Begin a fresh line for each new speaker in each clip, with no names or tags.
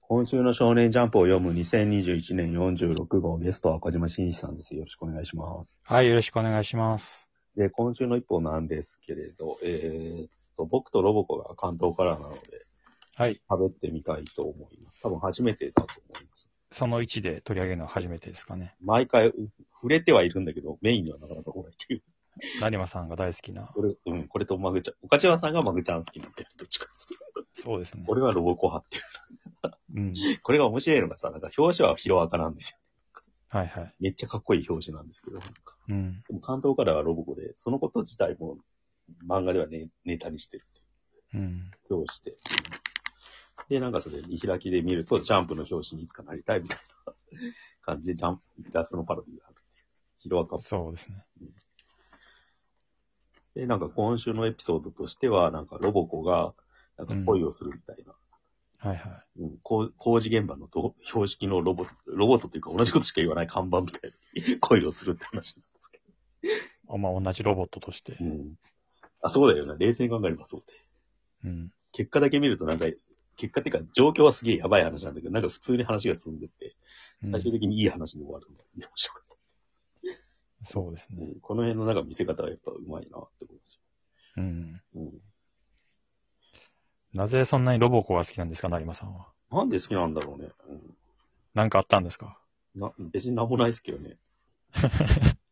今週の少年ジャンプを読む2021年46号ゲストは岡島真一さんです。よろしくお願いします。
はい、よろしくお願いします。
で、今週の一本なんですけれど、えーっと、僕とロボコが関東からなので、
はい、
喋ってみたいと思います。多分初めてだと思います。
その1で取り上げるのは初めてですかね。
毎回う触れてはいるんだけど、メインにはなかなか来ないっていう。
成馬さんが大好きな。
これ、うん、これとマグちゃん。岡島さんがマグちゃん好きなんで、どっちかっていうと。
そうですね。
俺はロボコ派っていう。
うん。
これが面白いのがさ、なんか表紙はヒロアカなんですよ。
はいはい。
めっちゃかっこいい表紙なんですけど、なんか
うん。
でも関東からはロボコで、そのこと自体も漫画ではね、ネタにしてるっていう。
うん。
表紙で。で、なんかそれ見開きで見ると、ジャンプの表紙にいつかなりたいみたいな感じで、ジャンプ、イラストのパロディがあるっていう。ヒロアカも。
そうですね。
で、なんか今週のエピソードとしては、なんかロボコが、なんか恋をするみたいな。
はいは
うん、工工事現場のと標識のロボット、ロボットというか同じことしか言わない看板みたいに恋をするって話なんですけ
い。まあ、同じロボットとして。
ど。うん。あ、そうだよな。冷静に考えればそうで。
うん。
結果だけ見るとなんか、結果っていうか状況はすげえやばい話なんだけど、なんか普通に話が進んでって、
うん
最終的にいい話に終わるんです ね。面白かっ
そうです
た。う
ね。
んこの辺のなんか見せ方はやっぱうまいなって思います
うん。
よ。
なぜそんなにロボコが好きなんですか、成馬さんは。
うん。なんで好きなんだろうね。うん
なんかあったんですか
な、別になんもないですけど ね。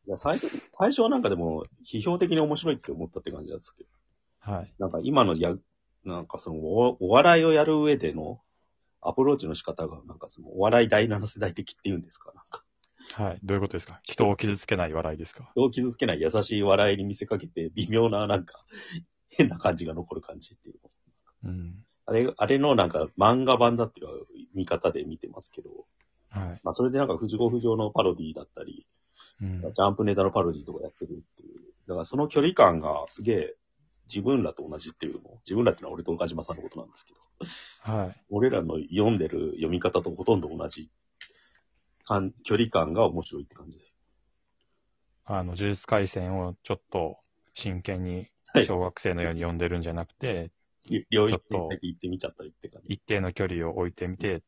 いや最初、最初はなんかでも、批評的に面白いって思ったって感じなんですけど、
はい。
なんか今のや、なんかそのお、お笑いをやる上でのアプローチの仕方が、なんかその、お笑い第7世代的っていうんですか、なんか。
はい。どういうことですか人を傷つけない笑いですか
人を傷つけない優しい笑いに見せかけて、微妙な、なんか、 変な感じが残る感じっていう。
うん。
あれ、あれのなんか漫画版だっていう見方で見てますけど、
はい。
まあそれでなんか藤子不二雄のパロディだったり、
うん
ジ。ャンプネタのパロディとかやってるっていう。だからその距離感がすげえ自分らと同じっていうのも、自分らってのは俺と岡島さんのことなんですけど、
はい。
俺らの読んでる読み方とほとんど同じ感距離感が面白いって感じです。
あの、呪術廻戦をちょっと真剣に
はい
小学生のように読んでるんじゃなくて、
り領域
ちょっと
的に行ってみちゃったりって感じ。
一定の距離を置いてみて、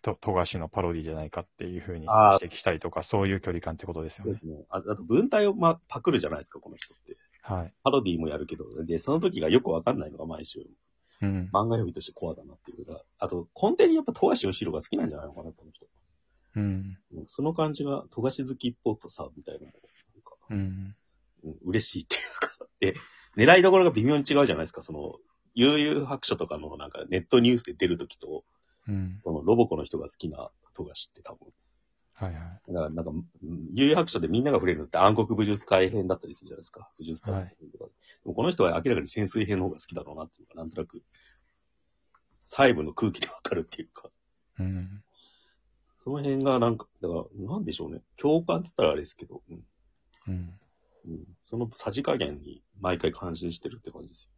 と、富樫のパロディじゃないかっていうふうに
あー
指摘したりとか、そういう距離感ってことですよ
そうで
ね。
すね。ああと文体を、ま、パクるじゃないですか、この人って。
はい。
パロディもやるけど、で、その時がよくわかんないのが毎週。
うん。
漫画読みとしてコアだなっていうか、あと、根底にやっぱ富樫義弘が好きなんじゃないのかな、この人。
うん。
うんその感じが、富樫好きっぽさみたいなのも、なんか、
うん。
うん嬉しいっていうか、で、狙いどころが微妙に違うじゃないですか、その、悠々白書とかのなんかネットニュースで出るときと、
うん。
このロボコの人が好きな富樫って多分。
はいは
だからなんか、うん悠々白書でみんなが触れるのって暗黒武術改編だったりするじゃないですか、武術改編とか。でもこの人は明らかに潜水編の方が好きだろうなっていうのが、なんとなく、細部の空気でわかるっていうか。
い。うん。
その辺がなんか、だから、なんでしょうね。共感って言ったらあれですけど、うん。
うん。
うん、そのさじ加減に毎回感心してるって感じです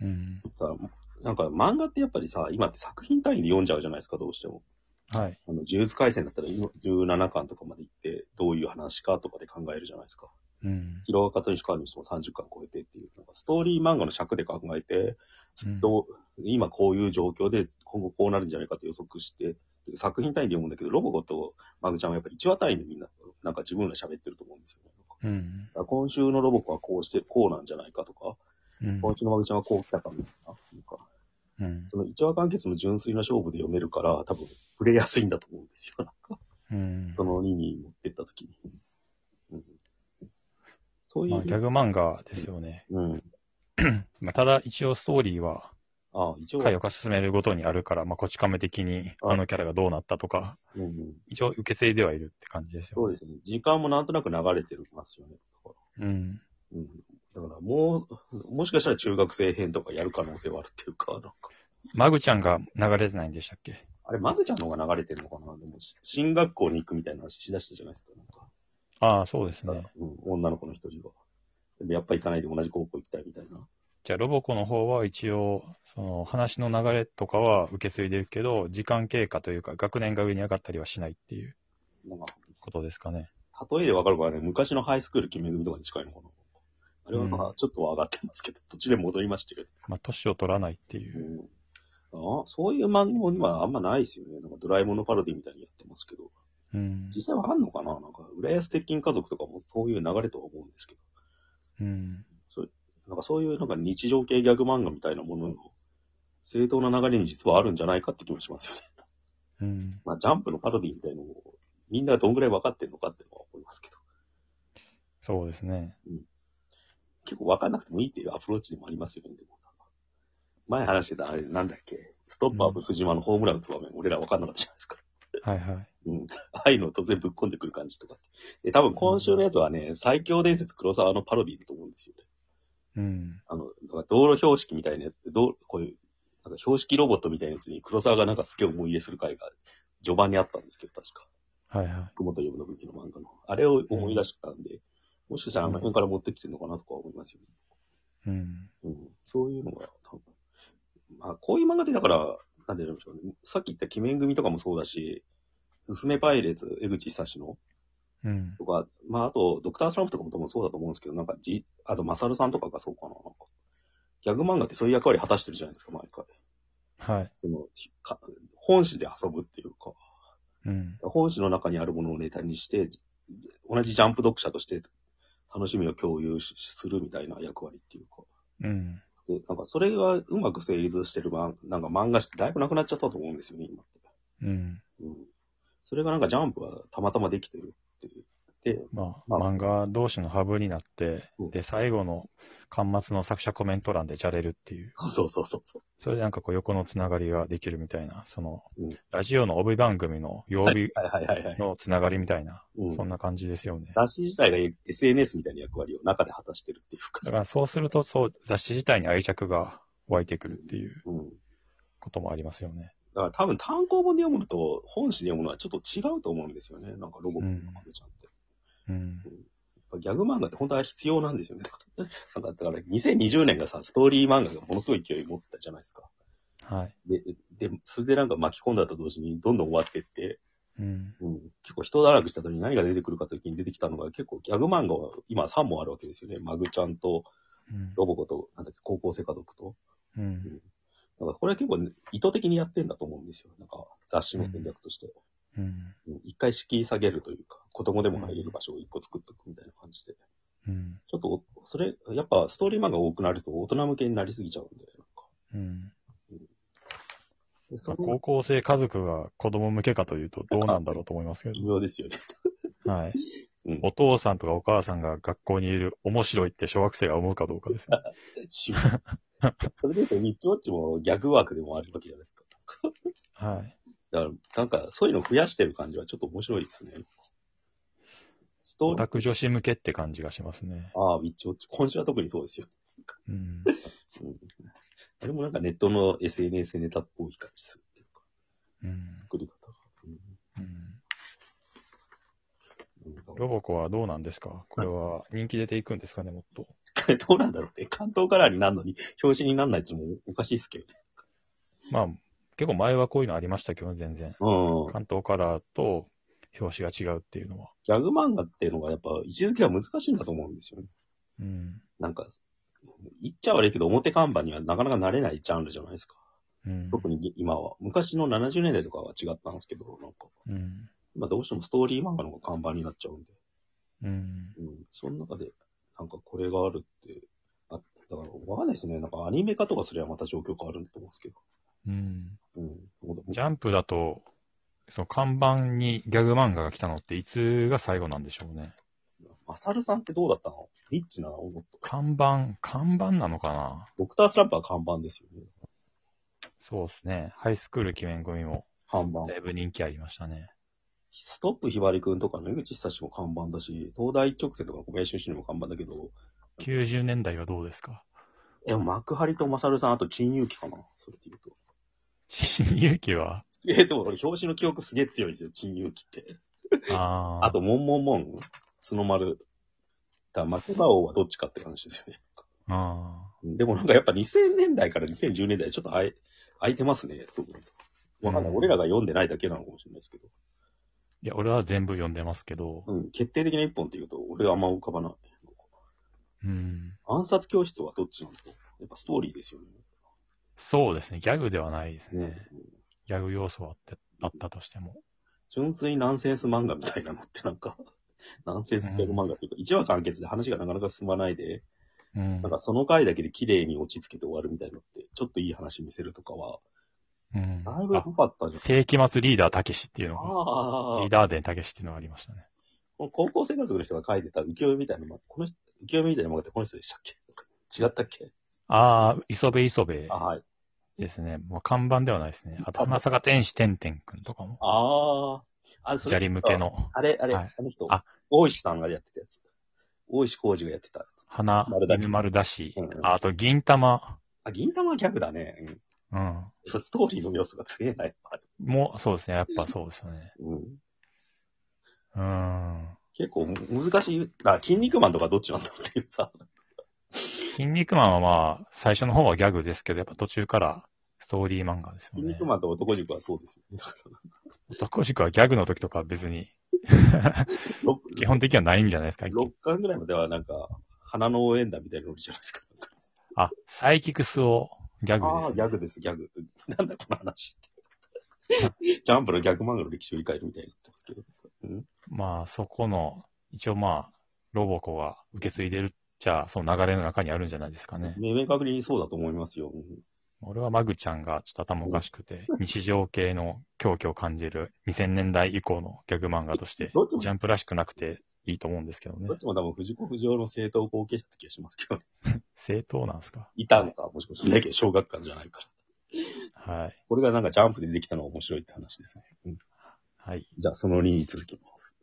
うん。
よ。だから、なんか漫画ってやっぱりさ、今って作品単位で読んじゃうじゃないですか、どうしても。
はい。
あの、呪術廻戦だったら今17巻とかまで行って、どういう話かとかで考えるじゃないですか。
うん。
ヒロアカと石川にしても30巻超えてっていう、なんかストーリー漫画の尺で考えて、
うん
どう今こういう状況で今後こうなるんじゃないかと予測して、作品単位で読むんだけど、ロボコとマグちゃんはやっぱ1話単位でみんな、なんか自分ら喋ってると思うんですよね。
うん。
だから今週のロボコはこうして、こうなんじゃないかとか、
うん。
今週のマグちゃんはこう来たかみたいな。なんか
うん。
その1話完結の純粋な勝負で読めるから、多分触れやすいんだと思うんですよ。なんか
うん。
その2に持ってった時に。うん、そういう、
まあ、ギャグ漫画ですよね。
うん。
まあ、ただ、一応ストーリーは、
ああ、一応、
回を進めるごとにあるから、まあ、こち亀的に、
はい
あのキャラがどうなったとか、
うんうん
一応受け継いではいるって感じですよ。
そうですね。時間もなんとなく流れてますよね。だか
うん。
ら、うん、だからもう、もしかしたら中学生編とかやる可能性はあるっていうか、なんか。
マグちゃんが流れてないんでしたっけ
あれ、マグちゃんの方が流れてるのかなでも、し進学校に行くみたいな話しだしたじゃないですか。なんか
ああ、そうですね。
うん、女の子の一人が。でもやっぱ行かないで同じ高校行きたいみたいな。
じゃあ、ロボコの方は一応、その話の流れとかは受け継いでるけど、時間経過というか、学年が上に上がったりはしないっていう
なんか、
ことですかね。
例えでわかるからね、昔のハイスクール決め組とかに近いのかなあれはま
う
あ、ちょっとは上がってますけど、途中で戻りましたけど。
まあ、年を取らないっていう。
うんあそういう漫画も今あんまないですよね。なんかドラえもんのパロディみたいにやってますけど。
うん。
実際はあんのかななんか、浦安鉄筋家族とかもそういう流れとは思うんですけど。
うん。
なんかそういうなんか日常系ギャグ漫画みたいなものの正当な流れに実はあるんじゃないかって気もしますよね。
うん。
まあ、ジャンプのパロディみたいなのをみんなどんぐらい分かってるのかってのは思いますけど。
そうですね。
結構分かんなくてもいいっていうアプローチでもありますよね。でも前話してたあれなんだっけストッパーブス島のホームラン打つ場面、俺ら分かんなかったじゃないですか。
はいはい。
うん。ああいうの突然ぶっ込んでくる感じとか。で、多分今週のやつはね、最強伝説黒沢のパロディだと思うんですよね。
うん。
あの、だから道路標識みたいなやつ、どうこういう、なんか標識ロボットみたいなやつに黒沢がなんか好きを思い入れする回が序盤にあったんですけど、確か。
はいは
雲と呼ぶの武器の漫画の。あれを思い出したんで、もしかしたらあの辺から持ってきてるのかなとか思いますよね。
い。うん。
うん。そういうのが、多分。まあ、こういう漫画ってだから、なんて言うんでしょうね。さっき言った鬼面組とかもそうだし、すすめパイレーツ、江口久志の
うん。
とか、まあ、あと、ドクター・スランプとかも多分そうだと思うんですけど、なんか、じ、あと、マサルさんとかがそうかな。なんかギャグ漫画ってそういう役割果たしてるじゃないですか、毎回。
はい。
その、ひか本誌で遊ぶっていうか、
うん。
本誌の中にあるものをネタにして、じ同じジャンプ読者として楽しみを共有しするみたいな役割っていうか。
うん。
で、なんか、それがうまく成立してる漫なんか漫画誌ってだいぶなくなっちゃったと思うんですよね、今って。
うん。
うん。それがなんかジャンプはたまたまできてるっていう。で、
まあ、
まあ
漫画同士のハブになって
うん、
で、最後の端末の作者コメント欄でじゃれるっていう。
そうそうそうそう。
それでなんかこう横のつながりができるみたいな、その
うん、
ラジオの帯番組の曜日
はいはいはいはい。
のつながりみたいな、
うん
そんな感じですよね。
雑誌自体が SNS みたいな役割を中で果たしてるっていう
だ
か、
からそうすると、そう、雑誌自体に愛着が湧いてくるっていう
うん。
こともありますよね。
だから多分単行本で読むのと本誌で読むのはちょっと違うと思うんですよね。なんかロゴとかもあるじゃんって。
うん。
やっぱギャグ漫画って本当は必要なんですよね。なんかだから2020年がさ、ストーリー漫画がものすごい勢い持ったじゃないですか。
はい。
で、で、それでなんか巻き込んだと同時にどんどん終わってって、
うん。
うん、結構人だらけした時に何が出てくるかときに出てきたのが結構ギャグ漫画は今3本あるわけですよね。マグちゃんと
うん
ロボコと、なんだっけ、高校生家族と。
うん。
だからこれは結構ね、意図的にやってんだと思うんですよ。なんか雑誌の戦略として。
うん。
うん一回敷居下げるというか、子供でも入れる場所を一個作っとくみたいな感じで。
うん。
ちょっとお、それ、やっぱストーリー漫画多くなると大人向けになりすぎちゃうんで、なんか。
うん。
でそ
まあ
れ
高
も
校生家族が子供向けかというとどうなんだろうと思いますけ
微妙ですよ ね。
ど。はい
うん。
お父さんとかお母さんが学校にいる面白いって小学生が思うかどうかです よ。
しそれで言うと、ニッチウォッチもギャグ枠でもあるわけじゃないですか。
はい。
だから、なんか、そういうの増やしてる感じはちょっと面白いですね。スト
オ
ーリー
タ、ク女子向けって感じがしますね。
ああ、ニッチウォッチ。今週は特にそうですよ。
うん。
うん。あれもなんかネットの SNS ネタっぽい感じするっていうか、
うん。
作り方が。うん
うん
うんだから
ロボコはどうなんですかこれは人気出ていくんですかね、もっと。
どうなんだろうね。関東カラーになるのに、表紙にならないってのもおかしいですけどね。
まあ、結構前はこういうのありましたけどね、全然。
うん。
関東カラーと表紙が違うっていうのは。
ギャグ漫画っていうのがやっぱ位置づけは難しいんだと思うんですよね。
うん。
なんか、言っちゃ悪いけど表看板にはなかなか慣れないジャンルじゃないですか。
うん。
特に今は。昔の70年代とかは違ったんですけど、なんか、
うん。
今どうしてもストーリー漫画の方が看板になっちゃうんで。
うん。
うん。その中で、なんかこれがあるって、あだからわかんないですね。なんかアニメ化とかすればまた状況変わるんだと思うんですけど。
うん。
うん。
ジャンプだと、その看板にギャグ漫画が来たのっていつが最後なんでしょうね。
マサルさんってどうだったのリッチな音とか。
看板、看板なのかな
ドクタースランプは看板ですよね。
そうですね。ハイスクール記念組も
看板
だ。いぶ人気ありましたね。
ストップひばりくんとか野口久志も看板だし、東大一直線とか小林俊史も看板だけど、
90年代はどうですか
いや、幕張とマサルさん、あと陳勇気かな。それで言うと。
新勇気は
えー、でも俺表紙の記憶すげえ強いですよ、陳勇気って。
ああ。
あと、モンモンモン、角丸。だから、松葉王はどっちかって話ですよね。
あ
でもなんかやっぱ2000年代から2010年代ちょっと空い空いてますね、すごい。わかんない。
うん
俺らが読んでないだけなのかもしれないですけど。
ーいや、俺は全部読んでますけど、
うん、決定的な一本って言うと、俺はあんま浮かばない。
うん。
暗殺教室はどっちなのやっぱストーリーですよね。
そうですね。ギャグではないですね。
ね。
ギャグ要素はあってあったとしても。
純粋にナンセンス漫画みたいなのってなんか、 ナンセンスギャグ漫画というか、一話完結で話がなかなか進まないで、
うん。
なんかその回だけで綺麗に落ち着けて終わるみたいなのって、ちょっといい話見せるとかは、
うん、
だいぶ良
あ
かったじゃん。
世紀末リーダーたけしっていうのが、
あ
リー
あ、
ダーデンたけしっていうのがありましたね。
この高校生活の人が書いてた浮世絵みたいな漫画、この人、浮世絵みたいな漫画ってこの人でしたっけ違ったっけ
ああ、磯部磯部
あはい。
ですね。まあ、看板ではないですね。あと、花坂天使天天くんとかも、
ああ、あれ、それ
砂利向け。の、
あれ、あれ、
はい
あの人、
あ
大石さんがやってたやつ。大石浩二がやってたやつ。
花
丸、だし
犬丸だし
うんう、ん
あと、銀玉、
あ、銀玉はギャグだね。うん
うん。
でもストーリーの要素が強いな、やっぱり。
もう、そうですね。やっぱそうですよね。
うん、
うーん。
結構む難しい。あ、筋肉マンとかどっちなんだろうっていうさ。
筋肉マンはまあ、最初の方はギャグですけど、やっぱ途中からストーリー漫画ですよ
筋
ね
肉。マンと男塾はそうですよね。だか
男塾はギャグの時とかは別に、
らろ
基本的にはないんじゃないですか。
6巻ぐらいまではなんか、花の応援団みたいなのじゃないですか。
あ、サイキクスをギャグです、
ああ、ギャグです、ギャグ。 なんだこの話って。ジャンプのギャグ漫画の歴史を振り返るみたいになってますけど。うん、
まあ、そこの、一応まあ、ロボコが受け継いでるっちゃ、その流れの中にあるんじゃないですかね。
明明確にそうだと思いますよ。うん
俺はマグちゃんがちょっと頭おかしくて、日常系の狂気を感じる2000年代以降のギャグ漫画として
どっち、も
ジャンプらしくなくていいと思うんですけどね
どっ。ちも多分藤子不二雄の正当後継者って気がしますけど、
正当なんですか
いたのか、もしかして。だけど小学館じゃないから。
はい。
これがなんかジャンプでできたのが面白いって話ですね。うん
はい。
じゃあ、その2に続きます。